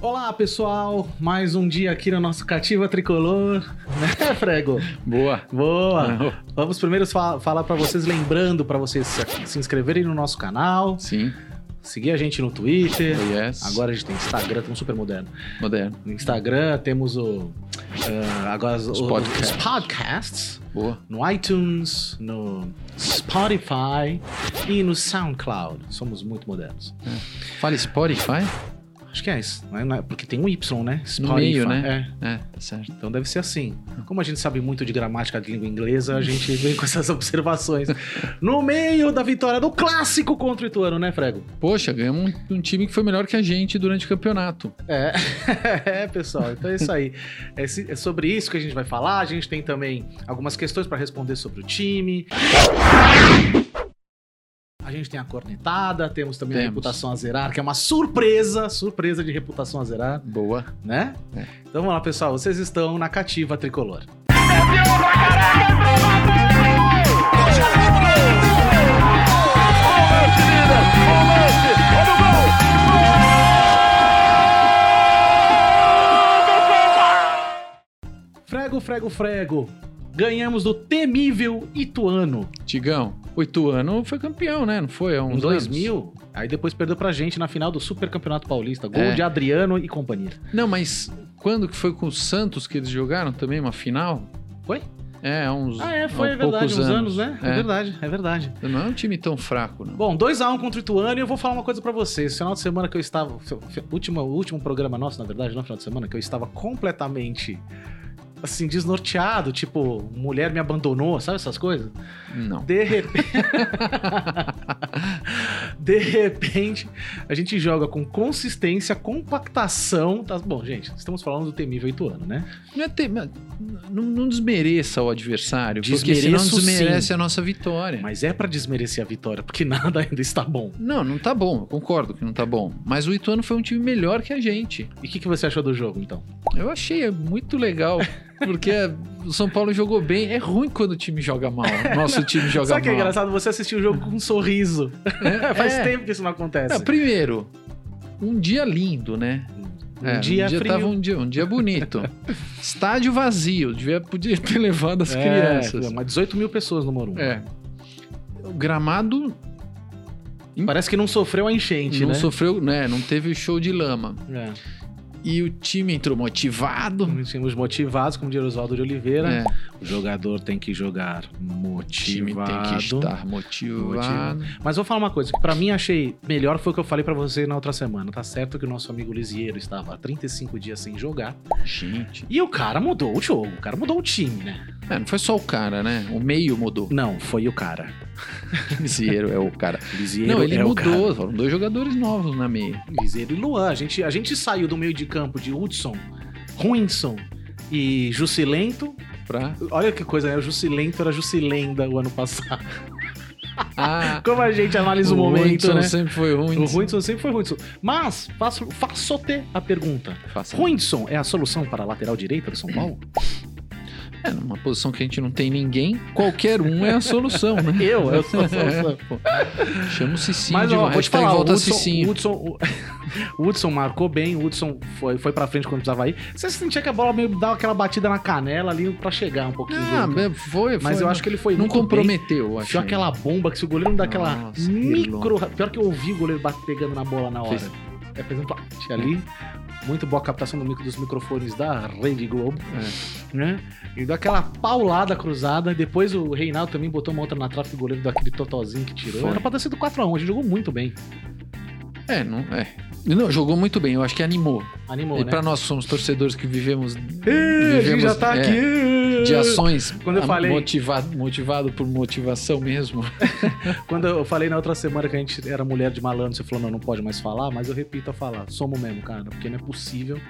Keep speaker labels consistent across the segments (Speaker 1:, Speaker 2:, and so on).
Speaker 1: Olá, pessoal. Mais um dia aqui no nosso Cativa Tricolor. Né, Frego?
Speaker 2: Boa. Ah, É. oh,
Speaker 1: Boa. Vamos primeiro fa- falar para vocês, lembrando para vocês se se inscreverem no nosso canal,
Speaker 2: Sim.
Speaker 1: seguir a gente no Twitter.
Speaker 2: Yes.
Speaker 1: Agora a gente tem Instagram, estamos super moderno.
Speaker 2: Moderno.
Speaker 1: No Instagram temos o ah, agora os,
Speaker 2: Os
Speaker 1: os
Speaker 2: podcasts.
Speaker 1: podcasts
Speaker 2: Boa.
Speaker 1: no iTunes, no Spotify e no SoundCloud. Somos muito modernos.
Speaker 2: Fala Spotify?
Speaker 1: Acho que é isso, né? Não é- porque tem um Y, né?
Speaker 2: No
Speaker 1: Spotify,
Speaker 2: meio, né?
Speaker 1: É.
Speaker 2: É, tá certo.
Speaker 1: Então deve ser assim. Como a gente sabe muito de gramática de língua inglesa, a gente vem com essas observações. No meio da vitória do clássico contra o Ituano, né, Frego?
Speaker 2: Poxa, ganhamos um, um time que foi melhor que a gente durante o campeonato.
Speaker 1: É. é, pessoal. Então é isso aí. É, se- é sobre isso que a gente vai falar. A gente tem também algumas questões para responder sobre o time. A gente tem a cornetada, temos também a
Speaker 2: Temos.
Speaker 1: reputação a zerar, que é uma surpresa, surpresa de reputação a zerar,
Speaker 2: Boa.
Speaker 1: né?
Speaker 2: É.
Speaker 1: Então vamos lá, pessoal. Vocês estão na cativa tricolor. Frego, frego, frego. Ganhamos do temível Ituano
Speaker 2: Tigão, oito anos foi campeão, né? Não foi? Há
Speaker 1: em
Speaker 2: uns
Speaker 1: 2000. Aí depois perdeu pra gente na final do Super Campeonato Paulista. Gol
Speaker 2: É.
Speaker 1: de Adriano e companhia.
Speaker 2: anos? Não, mas quando que foi com o Santos que eles jogaram também uma final?
Speaker 1: Foi?
Speaker 2: É, há uns.
Speaker 1: Ah, é, foi,
Speaker 2: há
Speaker 1: é verdade,
Speaker 2: poucos
Speaker 1: uns anos, né? É.
Speaker 2: É.
Speaker 1: verdade, é verdade.
Speaker 2: Não é um time tão fraco, não.
Speaker 1: Bom, 2x1 contra o Ituano e eu vou falar uma coisa pra vocês. Esse Final de semana que eu estava. f- f- Último, o último programa nosso, na verdade, não final de semana, que eu estava completamente. Assim, desnorteado, tipo, mulher me abandonou, sabe essas coisas?
Speaker 2: Não.
Speaker 1: De repente. de repente, a gente joga com consistência, compactação. Tá... Bom, gente, estamos falando do temível Ituano, né?
Speaker 2: Não, é ter- não, não desmereça o adversário, porque
Speaker 1: Desmereço,
Speaker 2: senão desmerece a nossa vitória.
Speaker 1: Mas é pra desmerecer a vitória, porque nada ainda está bom.
Speaker 2: Não, não tá bom, eu concordo que não tá bom. Mas o Ituano foi um time melhor que a gente.
Speaker 1: E o que, que você achou do jogo, então?
Speaker 2: Eu achei muito legal, porque o São Paulo jogou bem. É ruim quando o time joga mal. Nosso time joga
Speaker 1: Sabe o que é
Speaker 2: mal.
Speaker 1: engraçado? Você assistiu o jogo com um sorriso.
Speaker 2: É,
Speaker 1: Faz
Speaker 2: é.
Speaker 1: tempo que isso não acontece.
Speaker 2: Não, primeiro, um dia lindo, né?
Speaker 1: um
Speaker 2: É,
Speaker 1: dia, frio.
Speaker 2: tava um dia, um dia bonito. Estádio vazio, devia, podia ter levado as
Speaker 1: É,
Speaker 2: crianças.
Speaker 1: Mas 18 mil pessoas no Morumbi.
Speaker 2: É. O gramado
Speaker 1: Parece que não sofreu a enchente,
Speaker 2: não
Speaker 1: né?
Speaker 2: sofreu, né? Não teve show de lama.
Speaker 1: É.
Speaker 2: E o time entrou motivado.
Speaker 1: Tínhamos motivados, como diria o Oswaldo de Oliveira.
Speaker 2: né?
Speaker 1: O jogador tem que jogar
Speaker 2: O time
Speaker 1: motivado.
Speaker 2: tem que estar motivado.
Speaker 1: Motivado. Mas vou falar uma coisa que pra mim achei melhor foi o que eu falei pra você na outra semana. Tá certo que o nosso amigo Lisieiro estava há 35 dias sem jogar
Speaker 2: Gente.
Speaker 1: e o cara mudou o jogo, o cara mudou o time, né?
Speaker 2: É, não foi só o cara, né? O meio mudou.
Speaker 1: Não, foi o cara.
Speaker 2: O Lisieiro é o cara.
Speaker 1: Lisieiro
Speaker 2: Não, ele
Speaker 1: é o cara.
Speaker 2: mudou. Foram dois jogadores novos na meia.
Speaker 1: Liseiro e Luan. A gente, a gente saiu do meio de campo de Hudson, Ruinson e Jusilento.
Speaker 2: Pra...
Speaker 1: Olha que coisa, né? O Jusilento era Jusilenda o ano passado.
Speaker 2: Ah,
Speaker 1: Como a gente analisa o, momento,
Speaker 2: Hudson
Speaker 1: né?
Speaker 2: sempre foi ruim.
Speaker 1: O Ruinson sempre foi Ruinson. Mas, faço, faço te a pergunta.
Speaker 2: Faça-
Speaker 1: Ruinson é a solução para a lateral direita do São Paulo?
Speaker 2: É, numa posição que a gente não tem ninguém, qualquer um é a solução, né?
Speaker 1: Eu, eu sou a solução.
Speaker 2: É, pô. Chama o Cicinho
Speaker 1: Mas,
Speaker 2: de
Speaker 1: ó,
Speaker 2: volta.
Speaker 1: vou te
Speaker 2: Hashtag
Speaker 1: falar, o
Speaker 2: Tá volta
Speaker 1: Hudson, o
Speaker 2: Cicinho.
Speaker 1: Hudson, o- o Hudson marcou bem, o Hudson foi, foi pra frente quando precisava ir. Você sentia que a bola meio dava aquela batida na canela ali pra chegar um pouquinho.
Speaker 2: Ah,
Speaker 1: junto.
Speaker 2: bem, foi, foi.
Speaker 1: Mas eu acho que ele foi né?
Speaker 2: Não
Speaker 1: muito bem.
Speaker 2: comprometeu, eu acho.
Speaker 1: Achou aquela bomba que se o goleiro não dá aquela
Speaker 2: Nossa, que
Speaker 1: micro... Pior que eu ouvi o goleiro bate- pegando na bola na hora.
Speaker 2: Fez-
Speaker 1: É, fez um plate ali. Muito boa a captação do micro- dos microfones da Rede Globo. Né? E deu aquela paulada cruzada. Depois o Reinaldo também botou uma outra na trave do goleiro daquele totozinho que tirou.
Speaker 2: Foi.
Speaker 1: Era pra ter sido 4x1. A gente jogou muito bem.
Speaker 2: É, não, é. Não, jogou muito bem, eu acho que animou.
Speaker 1: Animou,
Speaker 2: E
Speaker 1: né?
Speaker 2: pra nós que somos torcedores que vivemos.
Speaker 1: Ê, a gente já tá
Speaker 2: é,
Speaker 1: aqui.
Speaker 2: De ações.
Speaker 1: Quando eu
Speaker 2: a-
Speaker 1: falei-
Speaker 2: Motivado, motivado por motivação mesmo.
Speaker 1: Quando eu falei na outra semana que a gente era mulher de malandro, você falou, não, não pode mais falar, mas eu repito a falar, somos mesmo, cara, porque não é possível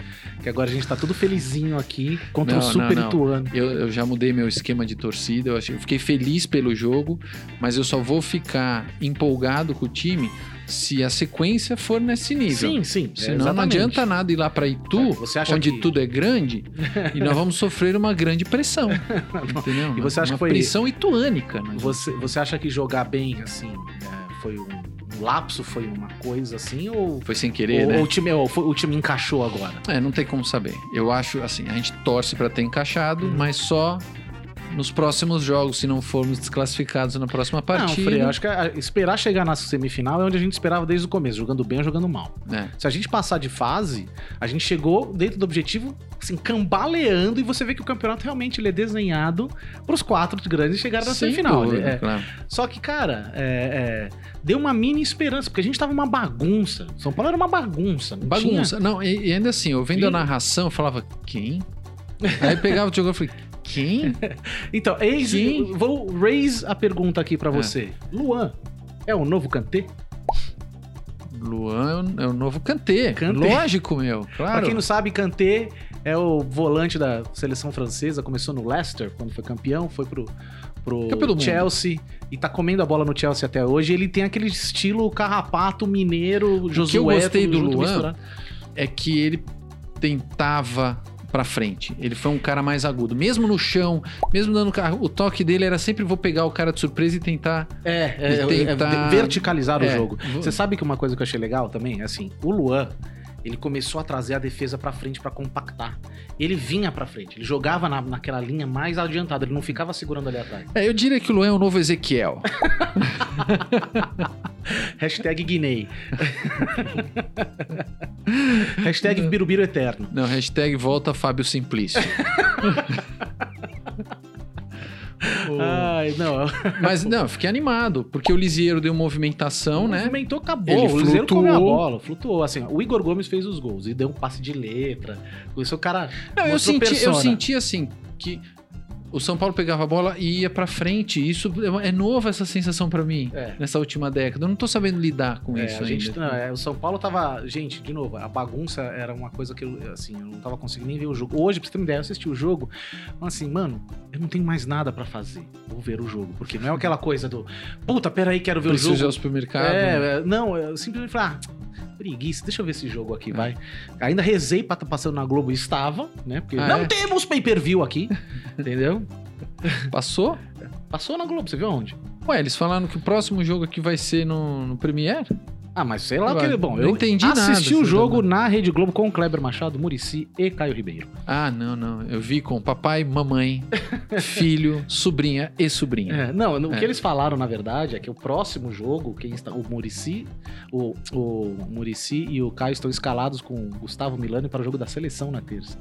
Speaker 1: que agora a gente tá tudo felizinho aqui contra o
Speaker 2: Não,
Speaker 1: Super
Speaker 2: não, não.
Speaker 1: Ituano.
Speaker 2: Eu, eu já mudei meu esquema de torcida. Eu, achei- eu fiquei feliz pelo jogo, mas eu só vou ficar empolgado com o time se a sequência for nesse nível.
Speaker 1: Sim, sim. é,
Speaker 2: Senão não
Speaker 1: exatamente.
Speaker 2: adianta nada ir lá pra Itu,
Speaker 1: É, você acha
Speaker 2: onde
Speaker 1: que-
Speaker 2: tudo é grande, e nós vamos sofrer uma grande pressão. entendeu?
Speaker 1: E você acha
Speaker 2: uma
Speaker 1: que foi-
Speaker 2: pressão ituânica. né?
Speaker 1: Você, você acha que jogar bem, assim, é, foi um, um lapso foi uma coisa assim ou,
Speaker 2: Foi sem querer,
Speaker 1: ou-
Speaker 2: né?
Speaker 1: ou o time ou foi- o time encaixou agora?
Speaker 2: É, não tem como saber. Eu acho, assim, a gente torce pra ter encaixado,
Speaker 1: Uhum.
Speaker 2: mas só nos próximos jogos, se não formos desclassificados na próxima partida.
Speaker 1: Não, Frei, eu acho que ah, esperar chegar na semifinal é onde a gente esperava desde o começo, jogando bem ou jogando mal.
Speaker 2: É.
Speaker 1: Se a gente passar de fase, a gente chegou dentro do objetivo, assim, cambaleando, e você vê que o campeonato realmente ele é desenhado para os quatro grandes chegarem na
Speaker 2: Sem
Speaker 1: tá semifinal.
Speaker 2: dúvida,
Speaker 1: né? É.
Speaker 2: claro.
Speaker 1: Só que, cara, é, é, deu uma mini esperança, porque a gente tava uma bagunça. São Paulo era uma bagunça. Não
Speaker 2: Bagunça. Não, e, e ainda assim, eu vendo a
Speaker 1: E-
Speaker 2: narração, eu falava, quem? Aí eu pegava o jogo e falei, quem?
Speaker 1: tinha- Então, eis,
Speaker 2: Sim.
Speaker 1: vou raise a pergunta aqui para você. Luan, é o novo Kantê?
Speaker 2: Luan é o- é o novo Kanté.
Speaker 1: Kanté.
Speaker 2: Lógico, meu. Claro.
Speaker 1: Pra quem não sabe, Kanté é o volante da seleção francesa, começou no Leicester quando foi campeão, foi pro, pro
Speaker 2: Campeão do mundo.
Speaker 1: Chelsea e tá comendo a bola no Chelsea até hoje. Ele tem aquele estilo carrapato mineiro, Josué,
Speaker 2: que eu gostei
Speaker 1: tudo
Speaker 2: do
Speaker 1: junto,
Speaker 2: Luan-
Speaker 1: misturado.
Speaker 2: é que ele tentava pra frente. Ele foi um cara mais agudo. Mesmo no chão, mesmo dando carro, o toque dele era sempre vou pegar o cara de surpresa e tentar.
Speaker 1: É, é, é,
Speaker 2: Ele
Speaker 1: é,
Speaker 2: tentar-
Speaker 1: verticalizar o
Speaker 2: É,
Speaker 1: jogo.
Speaker 2: vou-
Speaker 1: Você sabe que uma coisa que eu achei legal também, assim, o Luan, ele começou a trazer a defesa pra frente pra compactar. Ele vinha pra frente, ele jogava na, naquela linha mais adiantada, ele não ficava segurando ali atrás.
Speaker 2: É, eu diria que o Luan é o novo Ezequiel.
Speaker 1: Hashtag Guinei. Hashtag Birubiru Eterno.
Speaker 2: Não, hashtag volta Fábio Simplício. O-
Speaker 1: Ai, não.
Speaker 2: Mas não, eu fiquei animado, porque o Lisieiro deu movimentação, né?
Speaker 1: Movimentou, acabou.
Speaker 2: Ele
Speaker 1: o Cruzeiro
Speaker 2: flutuou.
Speaker 1: comeu a bola, flutuou. Assim, o Igor Gomes fez os gols e deu um passe de letra. Com Isso o cara.
Speaker 2: Não, eu
Speaker 1: mostrou
Speaker 2: senti, eu
Speaker 1: persona.
Speaker 2: senti assim que o São Paulo pegava a bola e ia pra frente. e Isso é é nova essa sensação pra mim
Speaker 1: É.
Speaker 2: nessa última década. Eu não tô sabendo lidar com
Speaker 1: É,
Speaker 2: isso
Speaker 1: a gente,
Speaker 2: ainda.
Speaker 1: não, é, o São Paulo tava. Gente, de novo, a bagunça era uma coisa que eu, assim, eu não tava conseguindo nem ver o jogo. Hoje, pra você ter uma ideia, eu assisti o jogo, mas assim, mano, eu não tenho mais nada pra fazer. Vou ver o jogo. Porque não é aquela coisa do. Puta, peraí, quero ver
Speaker 2: Preciso
Speaker 1: o
Speaker 2: ir
Speaker 1: jogo.
Speaker 2: ao supermercado. né?
Speaker 1: É, é, não, eu simplesmente falei, ah, preguiça, deixa eu ver esse jogo aqui, vai. Ainda rezei pra tá passando na Globo e estava, né? Porque
Speaker 2: Ah,
Speaker 1: não
Speaker 2: é?
Speaker 1: temos pay-per-view aqui, entendeu? é.
Speaker 2: Passou?
Speaker 1: Passou na Globo, você viu onde?
Speaker 2: Ué, eles falaram que o próximo jogo aqui vai ser no, no Premiere?
Speaker 1: Ah, mas sei lá o
Speaker 2: Ué,
Speaker 1: que... Bom,
Speaker 2: não
Speaker 1: eu
Speaker 2: entendi nada,
Speaker 1: assisti o
Speaker 2: assim,
Speaker 1: jogo na Rede Globo com o Kleber Machado, Murici e Caio Ribeiro.
Speaker 2: Ah, não, não. Eu vi com papai, mamãe, filho, sobrinha e sobrinha.
Speaker 1: É, não, o
Speaker 2: É.
Speaker 1: que eles falaram, na verdade, é que o próximo jogo, quem está, o Murici, o, o Murici e o Caio estão escalados com o Gustavo Milani para o jogo da seleção na terça.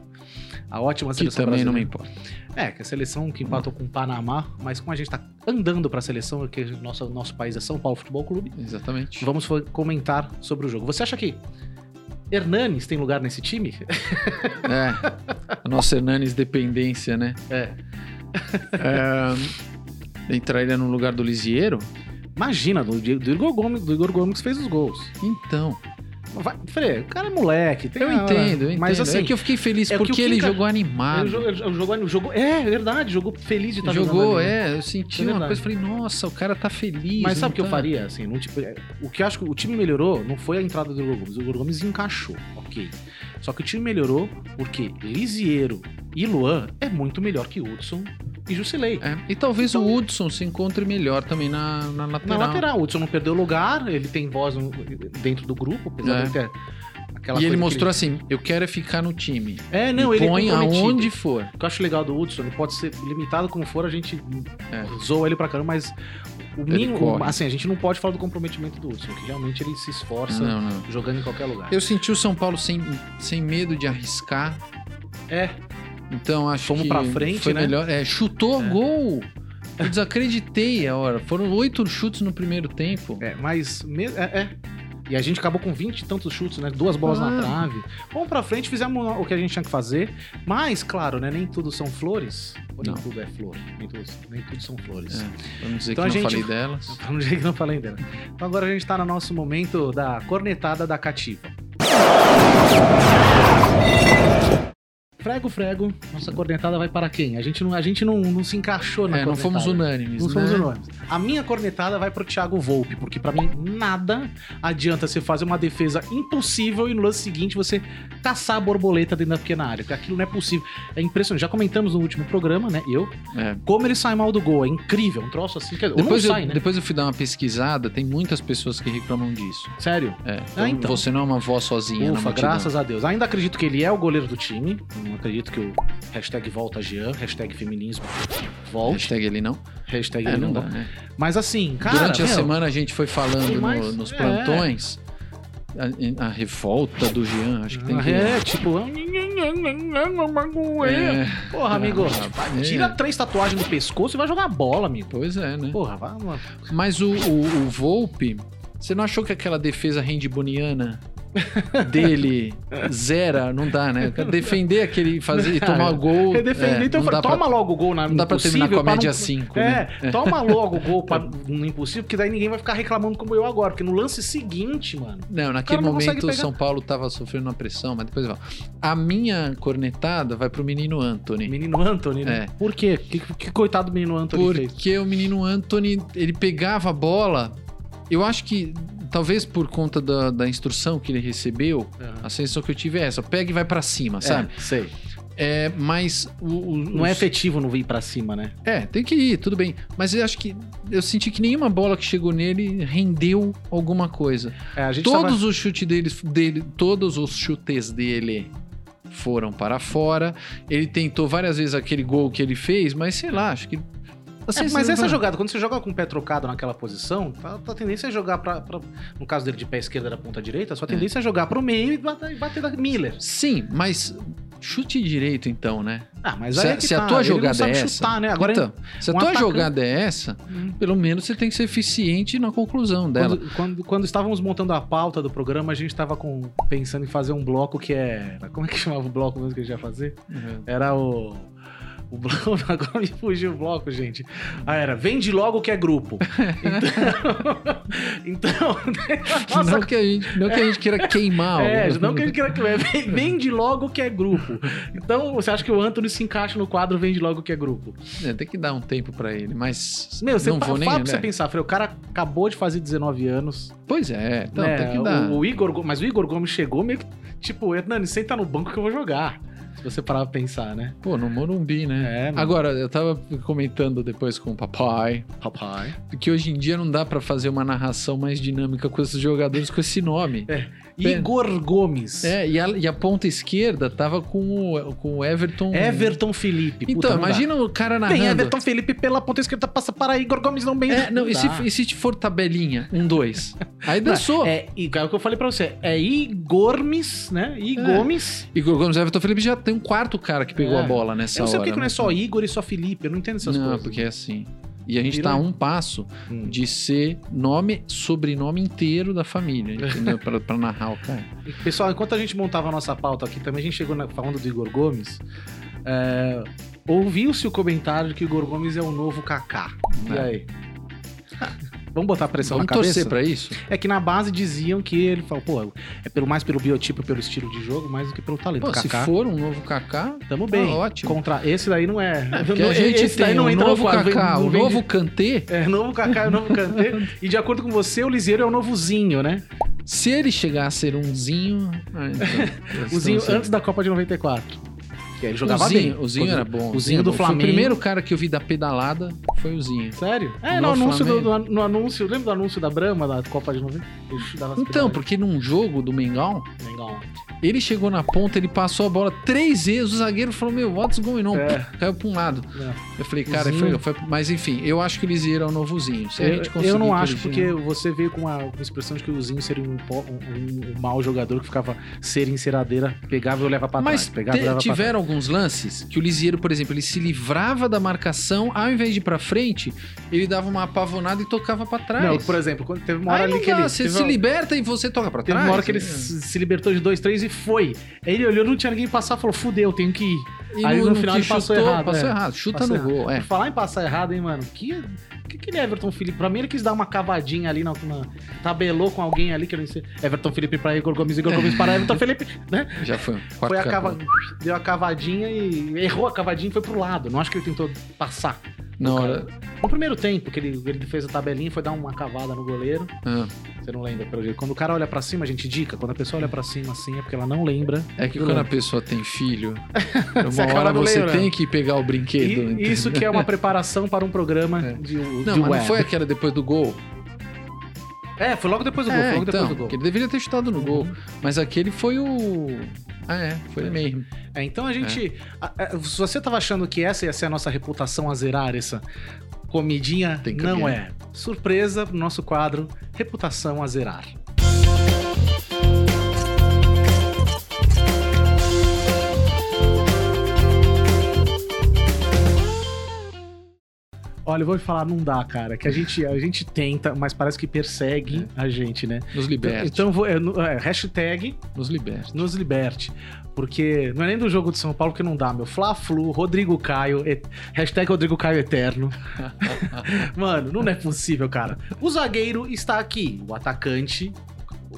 Speaker 1: A ótima
Speaker 2: que
Speaker 1: seleção
Speaker 2: também não me
Speaker 1: brasileira.
Speaker 2: importa.
Speaker 1: É, que a seleção que empatou com o Panamá, mas como a gente tá andando pra seleção, porque o nosso, nosso país é São Paulo Futebol Clube,
Speaker 2: Exatamente.
Speaker 1: vamos fa- comentar sobre o jogo. Você acha que Hernanes tem lugar nesse time?
Speaker 2: É. A nossa Hernanes dependência, né?
Speaker 1: É.
Speaker 2: É, Entraria no lugar do Lisieiro?
Speaker 1: Imagina, do, do Igor Gomes, do Igor Gomes que fez os gols.
Speaker 2: Então.
Speaker 1: Vai, Fre, o cara é moleque. Tem
Speaker 2: Eu
Speaker 1: a-
Speaker 2: entendo, eu entendo.
Speaker 1: Mas assim,
Speaker 2: é que eu fiquei feliz
Speaker 1: é que o
Speaker 2: porque ele
Speaker 1: Kinga-
Speaker 2: jogou
Speaker 1: ele
Speaker 2: animado.
Speaker 1: jogou, ele jogou, ele jogou- é é verdade, jogou feliz de estar
Speaker 2: Jogou,
Speaker 1: jogando ali.
Speaker 2: é, eu senti
Speaker 1: É
Speaker 2: uma
Speaker 1: verdade.
Speaker 2: coisa, falei, nossa, o cara tá feliz.
Speaker 1: Mas
Speaker 2: não
Speaker 1: sabe o que eu
Speaker 2: tá?
Speaker 1: faria? Assim, não, tipo, é, o que eu acho que o time melhorou não foi a entrada do Igor Gomes. O Igor Gomes encaixou, ok. Só que o time melhorou porque Lisiero e Luan é muito melhor que Hudson e Jusilei.
Speaker 2: É, E talvez
Speaker 1: Então-
Speaker 2: o Hudson se encontre melhor também na, na
Speaker 1: Na
Speaker 2: lateral.
Speaker 1: lateral, o Hudson não perdeu lugar, ele tem voz no- dentro do grupo, apesar
Speaker 2: É.
Speaker 1: de ter aquela
Speaker 2: E
Speaker 1: coisa
Speaker 2: ele
Speaker 1: que
Speaker 2: mostrou assim: eu quero é ficar no time.
Speaker 1: É, não,
Speaker 2: Me
Speaker 1: ele é
Speaker 2: põe
Speaker 1: comprometido.
Speaker 2: aonde for.
Speaker 1: O que eu acho legal do Hudson, ele pode ser limitado como for, a gente
Speaker 2: É.
Speaker 1: zoa ele pra caramba, mas o
Speaker 2: Ele
Speaker 1: mínimo,
Speaker 2: corre.
Speaker 1: assim, a gente não pode falar do comprometimento do Hudson, que realmente ele se esforça
Speaker 2: Não, não.
Speaker 1: jogando em qualquer lugar.
Speaker 2: Eu senti o São Paulo sem, sem medo de arriscar.
Speaker 1: É,
Speaker 2: Então acho
Speaker 1: Fomos
Speaker 2: que
Speaker 1: pra frente,
Speaker 2: foi
Speaker 1: né?
Speaker 2: melhor. É, chutou
Speaker 1: É.
Speaker 2: gol. Eu desacreditei a hora. Foram oito chutes no primeiro tempo.
Speaker 1: É, mas. me- É, é. E a gente acabou com 20 e tantos chutes, né? Duas bolas na
Speaker 2: Ah.
Speaker 1: trave. Vamos pra frente, fizemos o que a gente tinha que fazer. Mas, claro, né? Nem tudo são flores. Ou nem
Speaker 2: Não.
Speaker 1: tudo é flor. Nem tudo, nem tudo são flores.
Speaker 2: É. Vamos dizer
Speaker 1: Então
Speaker 2: que
Speaker 1: a
Speaker 2: não
Speaker 1: gente-
Speaker 2: falei delas.
Speaker 1: Pra não dizer que não falei dela. Então agora a gente tá no nosso momento da cornetada da cativa. Frego, frego, nossa cornetada vai para quem? A gente não, a gente não, não se encaixou na
Speaker 2: É, não
Speaker 1: cornetada.
Speaker 2: fomos unânimes,
Speaker 1: Não
Speaker 2: né?
Speaker 1: somos anônimos. A minha cornetada vai pro Thiago Volpe, porque pra mim nada adianta você fazer uma defesa impossível e no lance seguinte você caçar a borboleta dentro da pequena área, porque aquilo não é possível. É impressionante. Já comentamos no último programa, né? Eu,
Speaker 2: É.
Speaker 1: como ele sai mal do gol, é incrível, um troço assim que ou
Speaker 2: Depois, eu,
Speaker 1: não sai, né?
Speaker 2: depois eu fui dar uma pesquisada, tem muitas pessoas que reclamam disso.
Speaker 1: Sério.
Speaker 2: É.
Speaker 1: Ah, então.
Speaker 2: Você não é uma voz sozinha na
Speaker 1: Ufa,
Speaker 2: multidão.
Speaker 1: graças a Deus. Ainda acredito que ele é o goleiro do time. Não acredito que o hashtag volta Jean, hashtag feminismo volte,
Speaker 2: Hashtag ele É, não.
Speaker 1: hashtag
Speaker 2: É,
Speaker 1: ele
Speaker 2: não
Speaker 1: não
Speaker 2: dá,
Speaker 1: volte.
Speaker 2: né?
Speaker 1: Mas assim, cara,
Speaker 2: Durante a
Speaker 1: meu,
Speaker 2: semana a gente foi falando
Speaker 1: tem mais-
Speaker 2: no- nos
Speaker 1: é.
Speaker 2: plantões. A, a revolta do Jean, acho que tem que.
Speaker 1: É, tipo...
Speaker 2: um
Speaker 1: Porra, amigo.
Speaker 2: É.
Speaker 1: Tira três tatuagens do pescoço e vai jogar bola, amigo.
Speaker 2: Pois é, né?
Speaker 1: Porra, vai, mano.
Speaker 2: Mas o, o, o Volpe, você não achou que aquela defesa handbuniana dele zera? Não dá, né? Defender aquele fazer e
Speaker 1: Cara,
Speaker 2: tomar gol.
Speaker 1: Defender,
Speaker 2: é,
Speaker 1: então eu
Speaker 2: não
Speaker 1: falei,
Speaker 2: dá pra-
Speaker 1: toma logo o gol na
Speaker 2: Não dá pra terminar com
Speaker 1: impossível,
Speaker 2: a média
Speaker 1: não-
Speaker 2: 5, né?
Speaker 1: É, toma logo o gol pra- no impossível, porque daí ninguém vai ficar reclamando como eu agora. Porque no lance seguinte, mano.
Speaker 2: Não, naquele
Speaker 1: não consegue
Speaker 2: momento o
Speaker 1: pegar.
Speaker 2: São Paulo tava sofrendo uma pressão, mas depois vai. A minha cornetada vai pro menino Anthony.
Speaker 1: Menino Anthony, né?
Speaker 2: É.
Speaker 1: Por quê? Que, que coitado do menino Anthony fez?
Speaker 2: Porque o menino Anthony, ele pegava a bola. Eu acho que, talvez por conta da, da instrução que ele recebeu, a sensação que eu tive é essa: pega e vai pra cima, sabe?
Speaker 1: É, sei.
Speaker 2: É, mas o, o-
Speaker 1: Não é
Speaker 2: os-
Speaker 1: efetivo não vir pra cima, né?
Speaker 2: É, tem que ir, tudo bem. Mas eu acho que eu senti que nenhuma bola que chegou nele rendeu alguma coisa.
Speaker 1: É, a gente
Speaker 2: Todos
Speaker 1: tava-
Speaker 2: os chutes dele, dele, todos os chutes dele foram para fora. Ele tentou várias vezes aquele gol que ele fez, mas sei lá, acho que assim,
Speaker 1: É, mas essa jogada, quando você joga com o pé trocado naquela posição, tá, tá a tendência é jogar pra, pra- No caso dele de pé esquerda da ponta direita, só a tendência é. jogar pro meio e bater, e bater da Miller.
Speaker 2: Sim, mas chute direito então, né?
Speaker 1: Ah, mas
Speaker 2: se
Speaker 1: aí
Speaker 2: a-
Speaker 1: é que
Speaker 2: se
Speaker 1: tá,
Speaker 2: a tua
Speaker 1: ele não
Speaker 2: jogada
Speaker 1: sabe
Speaker 2: é essa,
Speaker 1: chutar, né? Agora
Speaker 2: então, se a
Speaker 1: um
Speaker 2: tua
Speaker 1: atacante-
Speaker 2: jogada é essa,
Speaker 1: Hum.
Speaker 2: pelo menos você tem que ser eficiente na conclusão dela.
Speaker 1: Quando, quando- quando estávamos montando a pauta do programa, a gente tava com- pensando em fazer um bloco que era. Como é que chamava o bloco mesmo que a gente ia fazer? Era o. O bloco. Agora me fugiu o bloco, gente. Ah, era. Vende logo que é grupo. Então. então nossa,
Speaker 2: não, que a gente, não que a gente queira queimar.
Speaker 1: É,
Speaker 2: algo.
Speaker 1: não que ele queira que é, vem- vende logo que é grupo. Então, você acha que o Anthony se encaixa no quadro vende logo que é grupo?
Speaker 2: É, tem que dar um tempo pra ele, mas
Speaker 1: Meu, você
Speaker 2: não
Speaker 1: pa-
Speaker 2: vou nem,
Speaker 1: fala
Speaker 2: né?
Speaker 1: pra você pensar, Frei, o cara acabou de fazer 19 anos.
Speaker 2: Pois é, então
Speaker 1: né?
Speaker 2: tem que dar.
Speaker 1: O, o Igor, Go- mas o Igor Gomes chegou meio que, tipo, Hernani, senta no banco que eu vou jogar. Se você parar pra pensar, né?
Speaker 2: Pô, no Morumbi, né?
Speaker 1: É, mano.
Speaker 2: Agora, eu tava comentando depois com o papai
Speaker 1: Papai.
Speaker 2: que hoje em dia não dá pra fazer uma narração mais dinâmica com esses jogadores com esse nome.
Speaker 1: Igor Gomes.
Speaker 2: É, e a, e a ponta esquerda tava com o, com o Everton.
Speaker 1: Everton Felipe. Puta,
Speaker 2: Então,
Speaker 1: não dá.
Speaker 2: imagina o cara
Speaker 1: Tem
Speaker 2: narrando.
Speaker 1: Everton Felipe pela ponta esquerda, passa para Igor Gomes, não bem.
Speaker 2: É, não, e se,
Speaker 1: dá.
Speaker 2: e se for tabelinha? Um, dois. Aí dançou.
Speaker 1: É, e é o que eu falei pra você. É Igormes, né?
Speaker 2: É.
Speaker 1: Igormes.
Speaker 2: Igor Gomes Everton Felipe já tem um quarto cara que pegou
Speaker 1: É.
Speaker 2: a bola nessa
Speaker 1: Eu não sei
Speaker 2: hora.
Speaker 1: porque que não é
Speaker 2: né?
Speaker 1: só Igor e só Felipe. Eu não entendo essas
Speaker 2: não,
Speaker 1: coisas.
Speaker 2: porque é assim. E a gente
Speaker 1: Virou-
Speaker 2: tá a um passo
Speaker 1: Hum.
Speaker 2: de ser nome, sobrenome inteiro da família, entendeu? pra, pra narrar o cara.
Speaker 1: Pessoal, enquanto a gente montava a nossa pauta aqui, também a gente chegou na- falando do Igor Gomes. é, Ouviu-se o comentário de que o Igor Gomes é o novo Kaká. E
Speaker 2: É.
Speaker 1: aí? Vamos botar pressão
Speaker 2: Vamos
Speaker 1: na é cabeça?
Speaker 2: torcer pra isso?
Speaker 1: É que na base diziam que ele falou, pô, é pelo mais pelo biotipo, e pelo estilo de jogo, mais do que pelo talento.
Speaker 2: Pô, se
Speaker 1: é Kaká,
Speaker 2: for um novo Kaká,
Speaker 1: tamo bem.
Speaker 2: tá ótimo.
Speaker 1: Contra esse daí não é.
Speaker 2: Porque
Speaker 1: Não-
Speaker 2: a gente
Speaker 1: esse daí
Speaker 2: tem
Speaker 1: não
Speaker 2: o
Speaker 1: entra no
Speaker 2: novo
Speaker 1: quadro,
Speaker 2: Kaká,
Speaker 1: não
Speaker 2: o
Speaker 1: vem de-
Speaker 2: novo Kanté.
Speaker 1: É, novo Kaká, é novo Kanté. e de acordo com você, o Liseiro é o novozinho, né?
Speaker 2: Se ele chegar a ser umzinho... ah, então,
Speaker 1: O Zinho
Speaker 2: estamos-
Speaker 1: antes da Copa de 94. Que ele jogava
Speaker 2: o Zinho,
Speaker 1: bem.
Speaker 2: O Zinho era bom.
Speaker 1: O Zinho do
Speaker 2: era bom. Foi
Speaker 1: Flamengo.
Speaker 2: O primeiro cara que eu vi da pedalada foi o Zinho.
Speaker 1: Sério? É, no,
Speaker 2: No
Speaker 1: anúncio do,
Speaker 2: Flamengo.
Speaker 1: do- no anúncio, lembra do anúncio da Brahma da Copa de 90? Ele dava as
Speaker 2: Então,
Speaker 1: pedaladas.
Speaker 2: porque num jogo do Mengão,
Speaker 1: Legal.
Speaker 2: ele chegou na ponta, ele passou a bola três vezes, o zagueiro falou, meu, what's going on?
Speaker 1: É.
Speaker 2: Caiu pra um lado.
Speaker 1: É.
Speaker 2: Eu falei, cara,
Speaker 1: Zinho-
Speaker 2: foi, foi- mas enfim, eu acho que o Lisieiro é o novozinho. Se a gente
Speaker 1: Eu,
Speaker 2: conseguir
Speaker 1: eu não
Speaker 2: que
Speaker 1: acho,
Speaker 2: ele
Speaker 1: porque você veio com uma, com a expressão de que o Zinho seria um, po- um- um mau jogador que ficava ser em ceradeira, pegava e eu leva pra
Speaker 2: Mas
Speaker 1: trás. Pegava, e
Speaker 2: te-
Speaker 1: olhava pra trás.
Speaker 2: tiveram alguns lances que o Lisieiro, por exemplo, ele se livrava da marcação, ao invés de ir pra frente, ele dava uma apavonada e tocava pra trás.
Speaker 1: Não, por exemplo, quando teve uma hora
Speaker 2: Aí
Speaker 1: ali
Speaker 2: não
Speaker 1: que
Speaker 2: dá,
Speaker 1: ele.
Speaker 2: você
Speaker 1: teve
Speaker 2: se
Speaker 1: uma-
Speaker 2: liberta e você toca pra
Speaker 1: Teve
Speaker 2: trás.
Speaker 1: uma hora que ele
Speaker 2: né?
Speaker 1: se se libertou de dois, três e foi. Aí ele olhou, não tinha ninguém passar, falou: fudeu, tenho que ir.
Speaker 2: E
Speaker 1: Aí no
Speaker 2: que
Speaker 1: final ele passou errado,
Speaker 2: Passou
Speaker 1: é.
Speaker 2: errado. Chuta
Speaker 1: Passou
Speaker 2: no gol,
Speaker 1: Por
Speaker 2: é.
Speaker 1: falar em passar errado, hein, mano? Que, que aquele Everton Felipe. Pra mim, ele quis dar uma cavadinha ali, na, na- tabelou com alguém ali, que eu não sei. Everton Felipe pra Igor Gomes, Igor Gomes para Everton Felipe, né?
Speaker 2: Já foi. um
Speaker 1: Foi
Speaker 2: quarto
Speaker 1: a cava...
Speaker 2: capô.
Speaker 1: Deu a cavadinha e errou a cavadinha e foi pro lado. Não acho que ele tentou passar.
Speaker 2: Na hora.
Speaker 1: No primeiro tempo, que ele, ele fez a tabelinha, foi dar uma cavada no goleiro.
Speaker 2: Ah,
Speaker 1: Você não lembra, pelo jeito. Quando o cara olha pra cima, a gente dica. Quando a pessoa olha pra cima assim, é porque ela não lembra.
Speaker 2: é que
Speaker 1: do
Speaker 2: quando a
Speaker 1: lance.
Speaker 2: pessoa tem filho,
Speaker 1: Hum. Você é
Speaker 2: uma
Speaker 1: acaba
Speaker 2: hora
Speaker 1: não
Speaker 2: você
Speaker 1: lembrando.
Speaker 2: tem que pegar o brinquedo.
Speaker 1: E
Speaker 2: entendeu?
Speaker 1: isso que é uma preparação para um programa
Speaker 2: É.
Speaker 1: de, de
Speaker 2: Não, mas não
Speaker 1: web.
Speaker 2: foi aquela depois do gol.
Speaker 1: É, foi logo depois do gol.
Speaker 2: É,
Speaker 1: foi logo
Speaker 2: então,
Speaker 1: depois do gol.
Speaker 2: que ele deveria ter chutado no gol. Mas aquele foi o. Ah, é, foi
Speaker 1: É.
Speaker 2: mesmo.
Speaker 1: É, então a gente. a- a- se você tava achando que essa ia ser a nossa reputação a zerar, essa comidinha,
Speaker 2: Tem que
Speaker 1: não
Speaker 2: cambiar.
Speaker 1: é. Surpresa pro nosso quadro Reputação a Zerar. Olha, eu vou falar, não dá, cara. Que a gente, a gente tenta, mas parece que persegue
Speaker 2: É.
Speaker 1: a gente, né?
Speaker 2: Nos liberte.
Speaker 1: Então, vou- é, no- é, hashtag
Speaker 2: Nos liberte.
Speaker 1: nos liberte. Porque não é nem do jogo de São Paulo que não dá, meu. Fla-Flu, Rodrigo Caio, et- hashtag Rodrigo Caio Eterno. Mano, não é possível, cara. O zagueiro está aqui, o atacante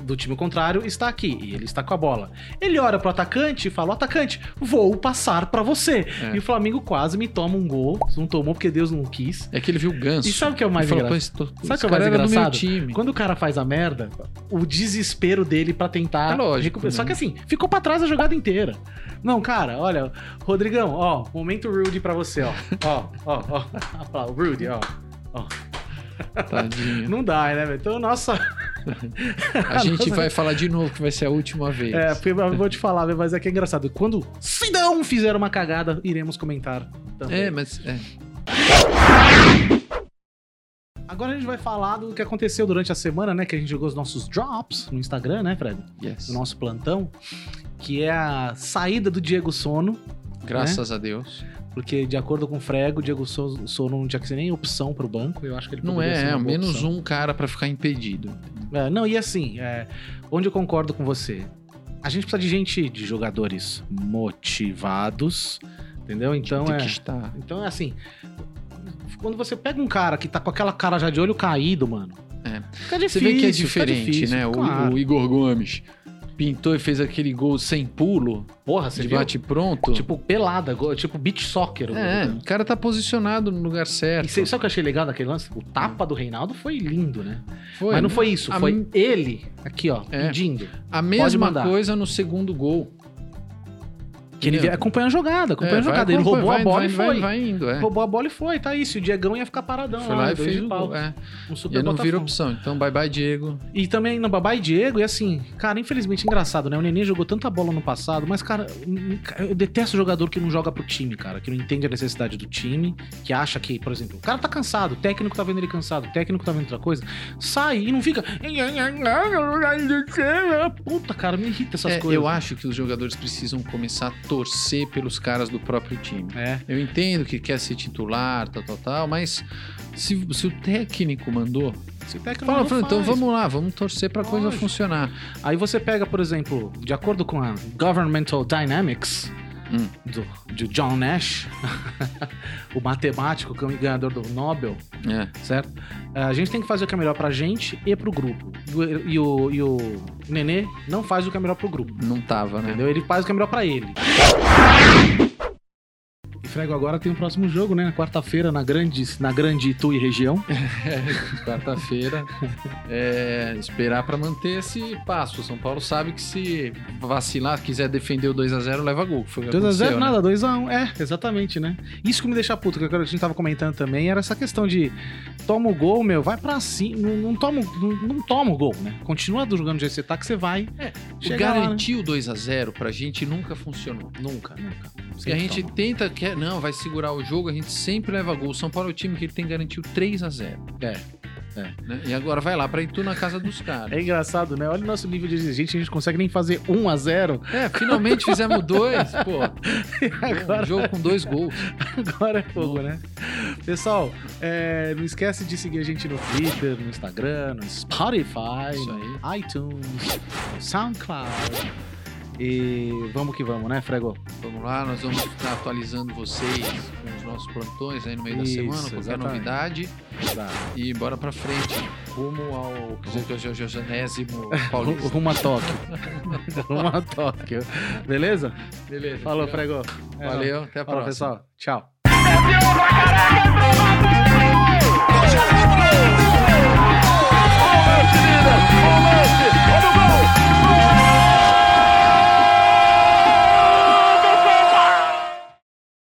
Speaker 1: do time contrário está aqui e ele está com a bola. Ele olha pro atacante e fala: "Atacante, vou passar pra você".
Speaker 2: É.
Speaker 1: E o Flamengo quase me toma um gol, não tomou porque Deus não quis.
Speaker 2: É que ele viu o ganso.
Speaker 1: E sabe o que é o
Speaker 2: Ele
Speaker 1: mais
Speaker 2: falou,
Speaker 1: engraçado?
Speaker 2: "Pô, esse to-
Speaker 1: que
Speaker 2: esse
Speaker 1: é o
Speaker 2: cara
Speaker 1: mais
Speaker 2: era do meu
Speaker 1: engraçado?
Speaker 2: time.
Speaker 1: Quando o cara faz a merda, o desespero dele pra tentar.
Speaker 2: É lógico,
Speaker 1: recuperar.
Speaker 2: né?
Speaker 1: Só que assim, ficou pra trás a jogada inteira. Não, cara, olha, Rodrigão, ó, momento Rude pra você, ó. Ó, ó, ó. Apla- Rude, ó.
Speaker 2: Tadinho.
Speaker 1: Não dá, né, velho? Então, nossa.
Speaker 2: A gente vai falar de novo que vai ser a última vez.
Speaker 1: É, porque eu vou te falar, velho, mas é que é engraçado. Quando se não fizer uma cagada, iremos comentar também.
Speaker 2: É, mas. é.
Speaker 1: Agora a gente vai falar do que aconteceu durante a semana, né? Que a gente jogou os nossos drops no Instagram, né, Fred?
Speaker 2: Yes.
Speaker 1: Do nosso plantão. Que é a saída do Diego Sono.
Speaker 2: Graças
Speaker 1: né?
Speaker 2: a Deus.
Speaker 1: Porque, de acordo com o Frego, o Diego Sou- Souza não tinha que ser nem opção pro banco. Eu acho que ele
Speaker 2: Não
Speaker 1: poderia ser
Speaker 2: é,
Speaker 1: uma
Speaker 2: é
Speaker 1: boa
Speaker 2: menos
Speaker 1: opção.
Speaker 2: um cara pra ficar impedido.
Speaker 1: É, não, e assim, é, onde eu concordo com você? A gente precisa de gente, de jogadores motivados, entendeu? Então
Speaker 2: Tem
Speaker 1: é,
Speaker 2: que estar.
Speaker 1: então é assim. Quando você pega um cara que tá com aquela cara já de olho caído, mano.
Speaker 2: É.
Speaker 1: Fica
Speaker 2: Você
Speaker 1: difícil,
Speaker 2: vê que
Speaker 1: fica
Speaker 2: é diferente,
Speaker 1: difícil,
Speaker 2: né? O-
Speaker 1: claro.
Speaker 2: O, Igor Gomes pintou e fez aquele gol sem pulo,
Speaker 1: Porra, você
Speaker 2: de
Speaker 1: viu?
Speaker 2: bate pronto.
Speaker 1: Tipo, pelada, go- tipo beach soccer. o
Speaker 2: é,
Speaker 1: gol.
Speaker 2: o cara tá posicionado no lugar certo.
Speaker 1: E você- sabe o que eu achei legal naquele lance? O tapa do Reinaldo foi lindo, né?
Speaker 2: Foi,
Speaker 1: Mas não
Speaker 2: né?
Speaker 1: foi isso,
Speaker 2: A
Speaker 1: foi
Speaker 2: mim-
Speaker 1: ele aqui, ó,
Speaker 2: É.
Speaker 1: pedindo.
Speaker 2: A
Speaker 1: Pode
Speaker 2: mesma
Speaker 1: mandar.
Speaker 2: coisa no segundo gol.
Speaker 1: Que ele
Speaker 2: Entendeu?
Speaker 1: acompanha a jogada, acompanha
Speaker 2: É,
Speaker 1: a
Speaker 2: vai,
Speaker 1: jogada. Ele
Speaker 2: acompanha,
Speaker 1: roubou
Speaker 2: vai,
Speaker 1: a bola
Speaker 2: vai,
Speaker 1: e foi.
Speaker 2: Vai, vai indo, é.
Speaker 1: Roubou a bola e foi, tá isso. E o Diegão ia ficar paradão
Speaker 2: Foi lá e
Speaker 1: dois
Speaker 2: fez
Speaker 1: de
Speaker 2: o
Speaker 1: pau.
Speaker 2: gol. É.
Speaker 1: Um
Speaker 2: E
Speaker 1: super
Speaker 2: aí não vira
Speaker 1: Botafogo.
Speaker 2: opção. Então, bye bye, Diego.
Speaker 1: E também no Babá e Diego, e assim, cara, infelizmente engraçado, né? O Nenê jogou tanta bola no passado, mas, cara, eu detesto jogador que não joga pro time, cara, que não entende a necessidade do time, que acha que, por exemplo, o cara tá cansado, o técnico tá vendo ele cansado, o técnico tá vendo outra coisa, sai e não fica. Puta, cara, me irrita essas
Speaker 2: É,
Speaker 1: coisas.
Speaker 2: eu acho que os jogadores precisam começar a torcer pelos caras do próprio time.
Speaker 1: É.
Speaker 2: Eu entendo que quer ser titular, tal, tal, tal, mas se, se o técnico mandou,
Speaker 1: Se o técnico
Speaker 2: fala,
Speaker 1: não
Speaker 2: fala, então
Speaker 1: faz.
Speaker 2: vamos lá, vamos torcer pra coisa
Speaker 1: Lógico.
Speaker 2: funcionar.
Speaker 1: Aí você pega, por exemplo, de acordo com a Governmental Dynamics
Speaker 2: Hum.
Speaker 1: do, de John Nash, o matemático que é o ganhador do Nobel,
Speaker 2: É.
Speaker 1: certo? A gente tem que fazer o que é melhor pra gente e pro grupo. E o, e o, e o Nenê não faz o que é melhor pro grupo,
Speaker 2: Não tava, né?
Speaker 1: entendeu? Ele faz o que é melhor pra ele. E Frego agora tem o próximo jogo, né? Na quarta-feira, na grande, na grande Itu e região.
Speaker 2: Quarta-feira. é, esperar pra manter esse passo. O São Paulo sabe que se vacilar, quiser defender o 2x0, leva gol. Foi o que
Speaker 1: 2x0
Speaker 2: aconteceu, né?
Speaker 1: nada, 2x1. É, exatamente, né? Isso que me deixa puto, que a gente tava comentando também, era essa questão de toma o gol, meu, vai pra cima. Não, não toma, o- não, não toma o gol, né? Continua jogando do jeito que você tá, que você vai.
Speaker 2: É,
Speaker 1: Chega lá, né?
Speaker 2: Garantir o 2x0 pra gente nunca funcionou.
Speaker 1: Nunca, nunca.
Speaker 2: E a gente
Speaker 1: Sempre
Speaker 2: tenta, quer, não, vai segurar o jogo, a gente sempre leva gol. O São Paulo é o time que ele tem garantido 3x0.
Speaker 1: É,
Speaker 2: Né? E agora vai lá pra Itu na casa dos
Speaker 1: toma.
Speaker 2: caras.
Speaker 1: É engraçado, né? Olha o nosso nível de exigência, a gente consegue nem fazer 1x0.
Speaker 2: É, finalmente fizemos dois, pô. Um
Speaker 1: Agora,
Speaker 2: jogo com dois gols.
Speaker 1: agora é fogo, né? Pessoal, é, não esquece de seguir a gente no Twitter, no Instagram, no Spotify.
Speaker 2: É Isso aí.
Speaker 1: iTunes, SoundCloud. E vamos que vamos, né, Frego?
Speaker 2: Vamos lá, nós vamos estar atualizando vocês com os aos plantões aí no meio
Speaker 1: Isso,
Speaker 2: da semana, qualquer
Speaker 1: exatamente.
Speaker 2: novidade.
Speaker 1: Tá.
Speaker 2: E bora pra frente. Rumo ao 200º
Speaker 1: Ru-
Speaker 2: Paulista.
Speaker 1: Rumo a Tóquio. Rumo a Tóquio. Beleza?
Speaker 2: Beleza.
Speaker 1: Falou,
Speaker 2: Fred.
Speaker 1: Frego. É,
Speaker 2: Valeu, até a
Speaker 1: Falou,
Speaker 2: próxima.
Speaker 1: pessoal. Tchau.
Speaker 3: Brasil pra caraca,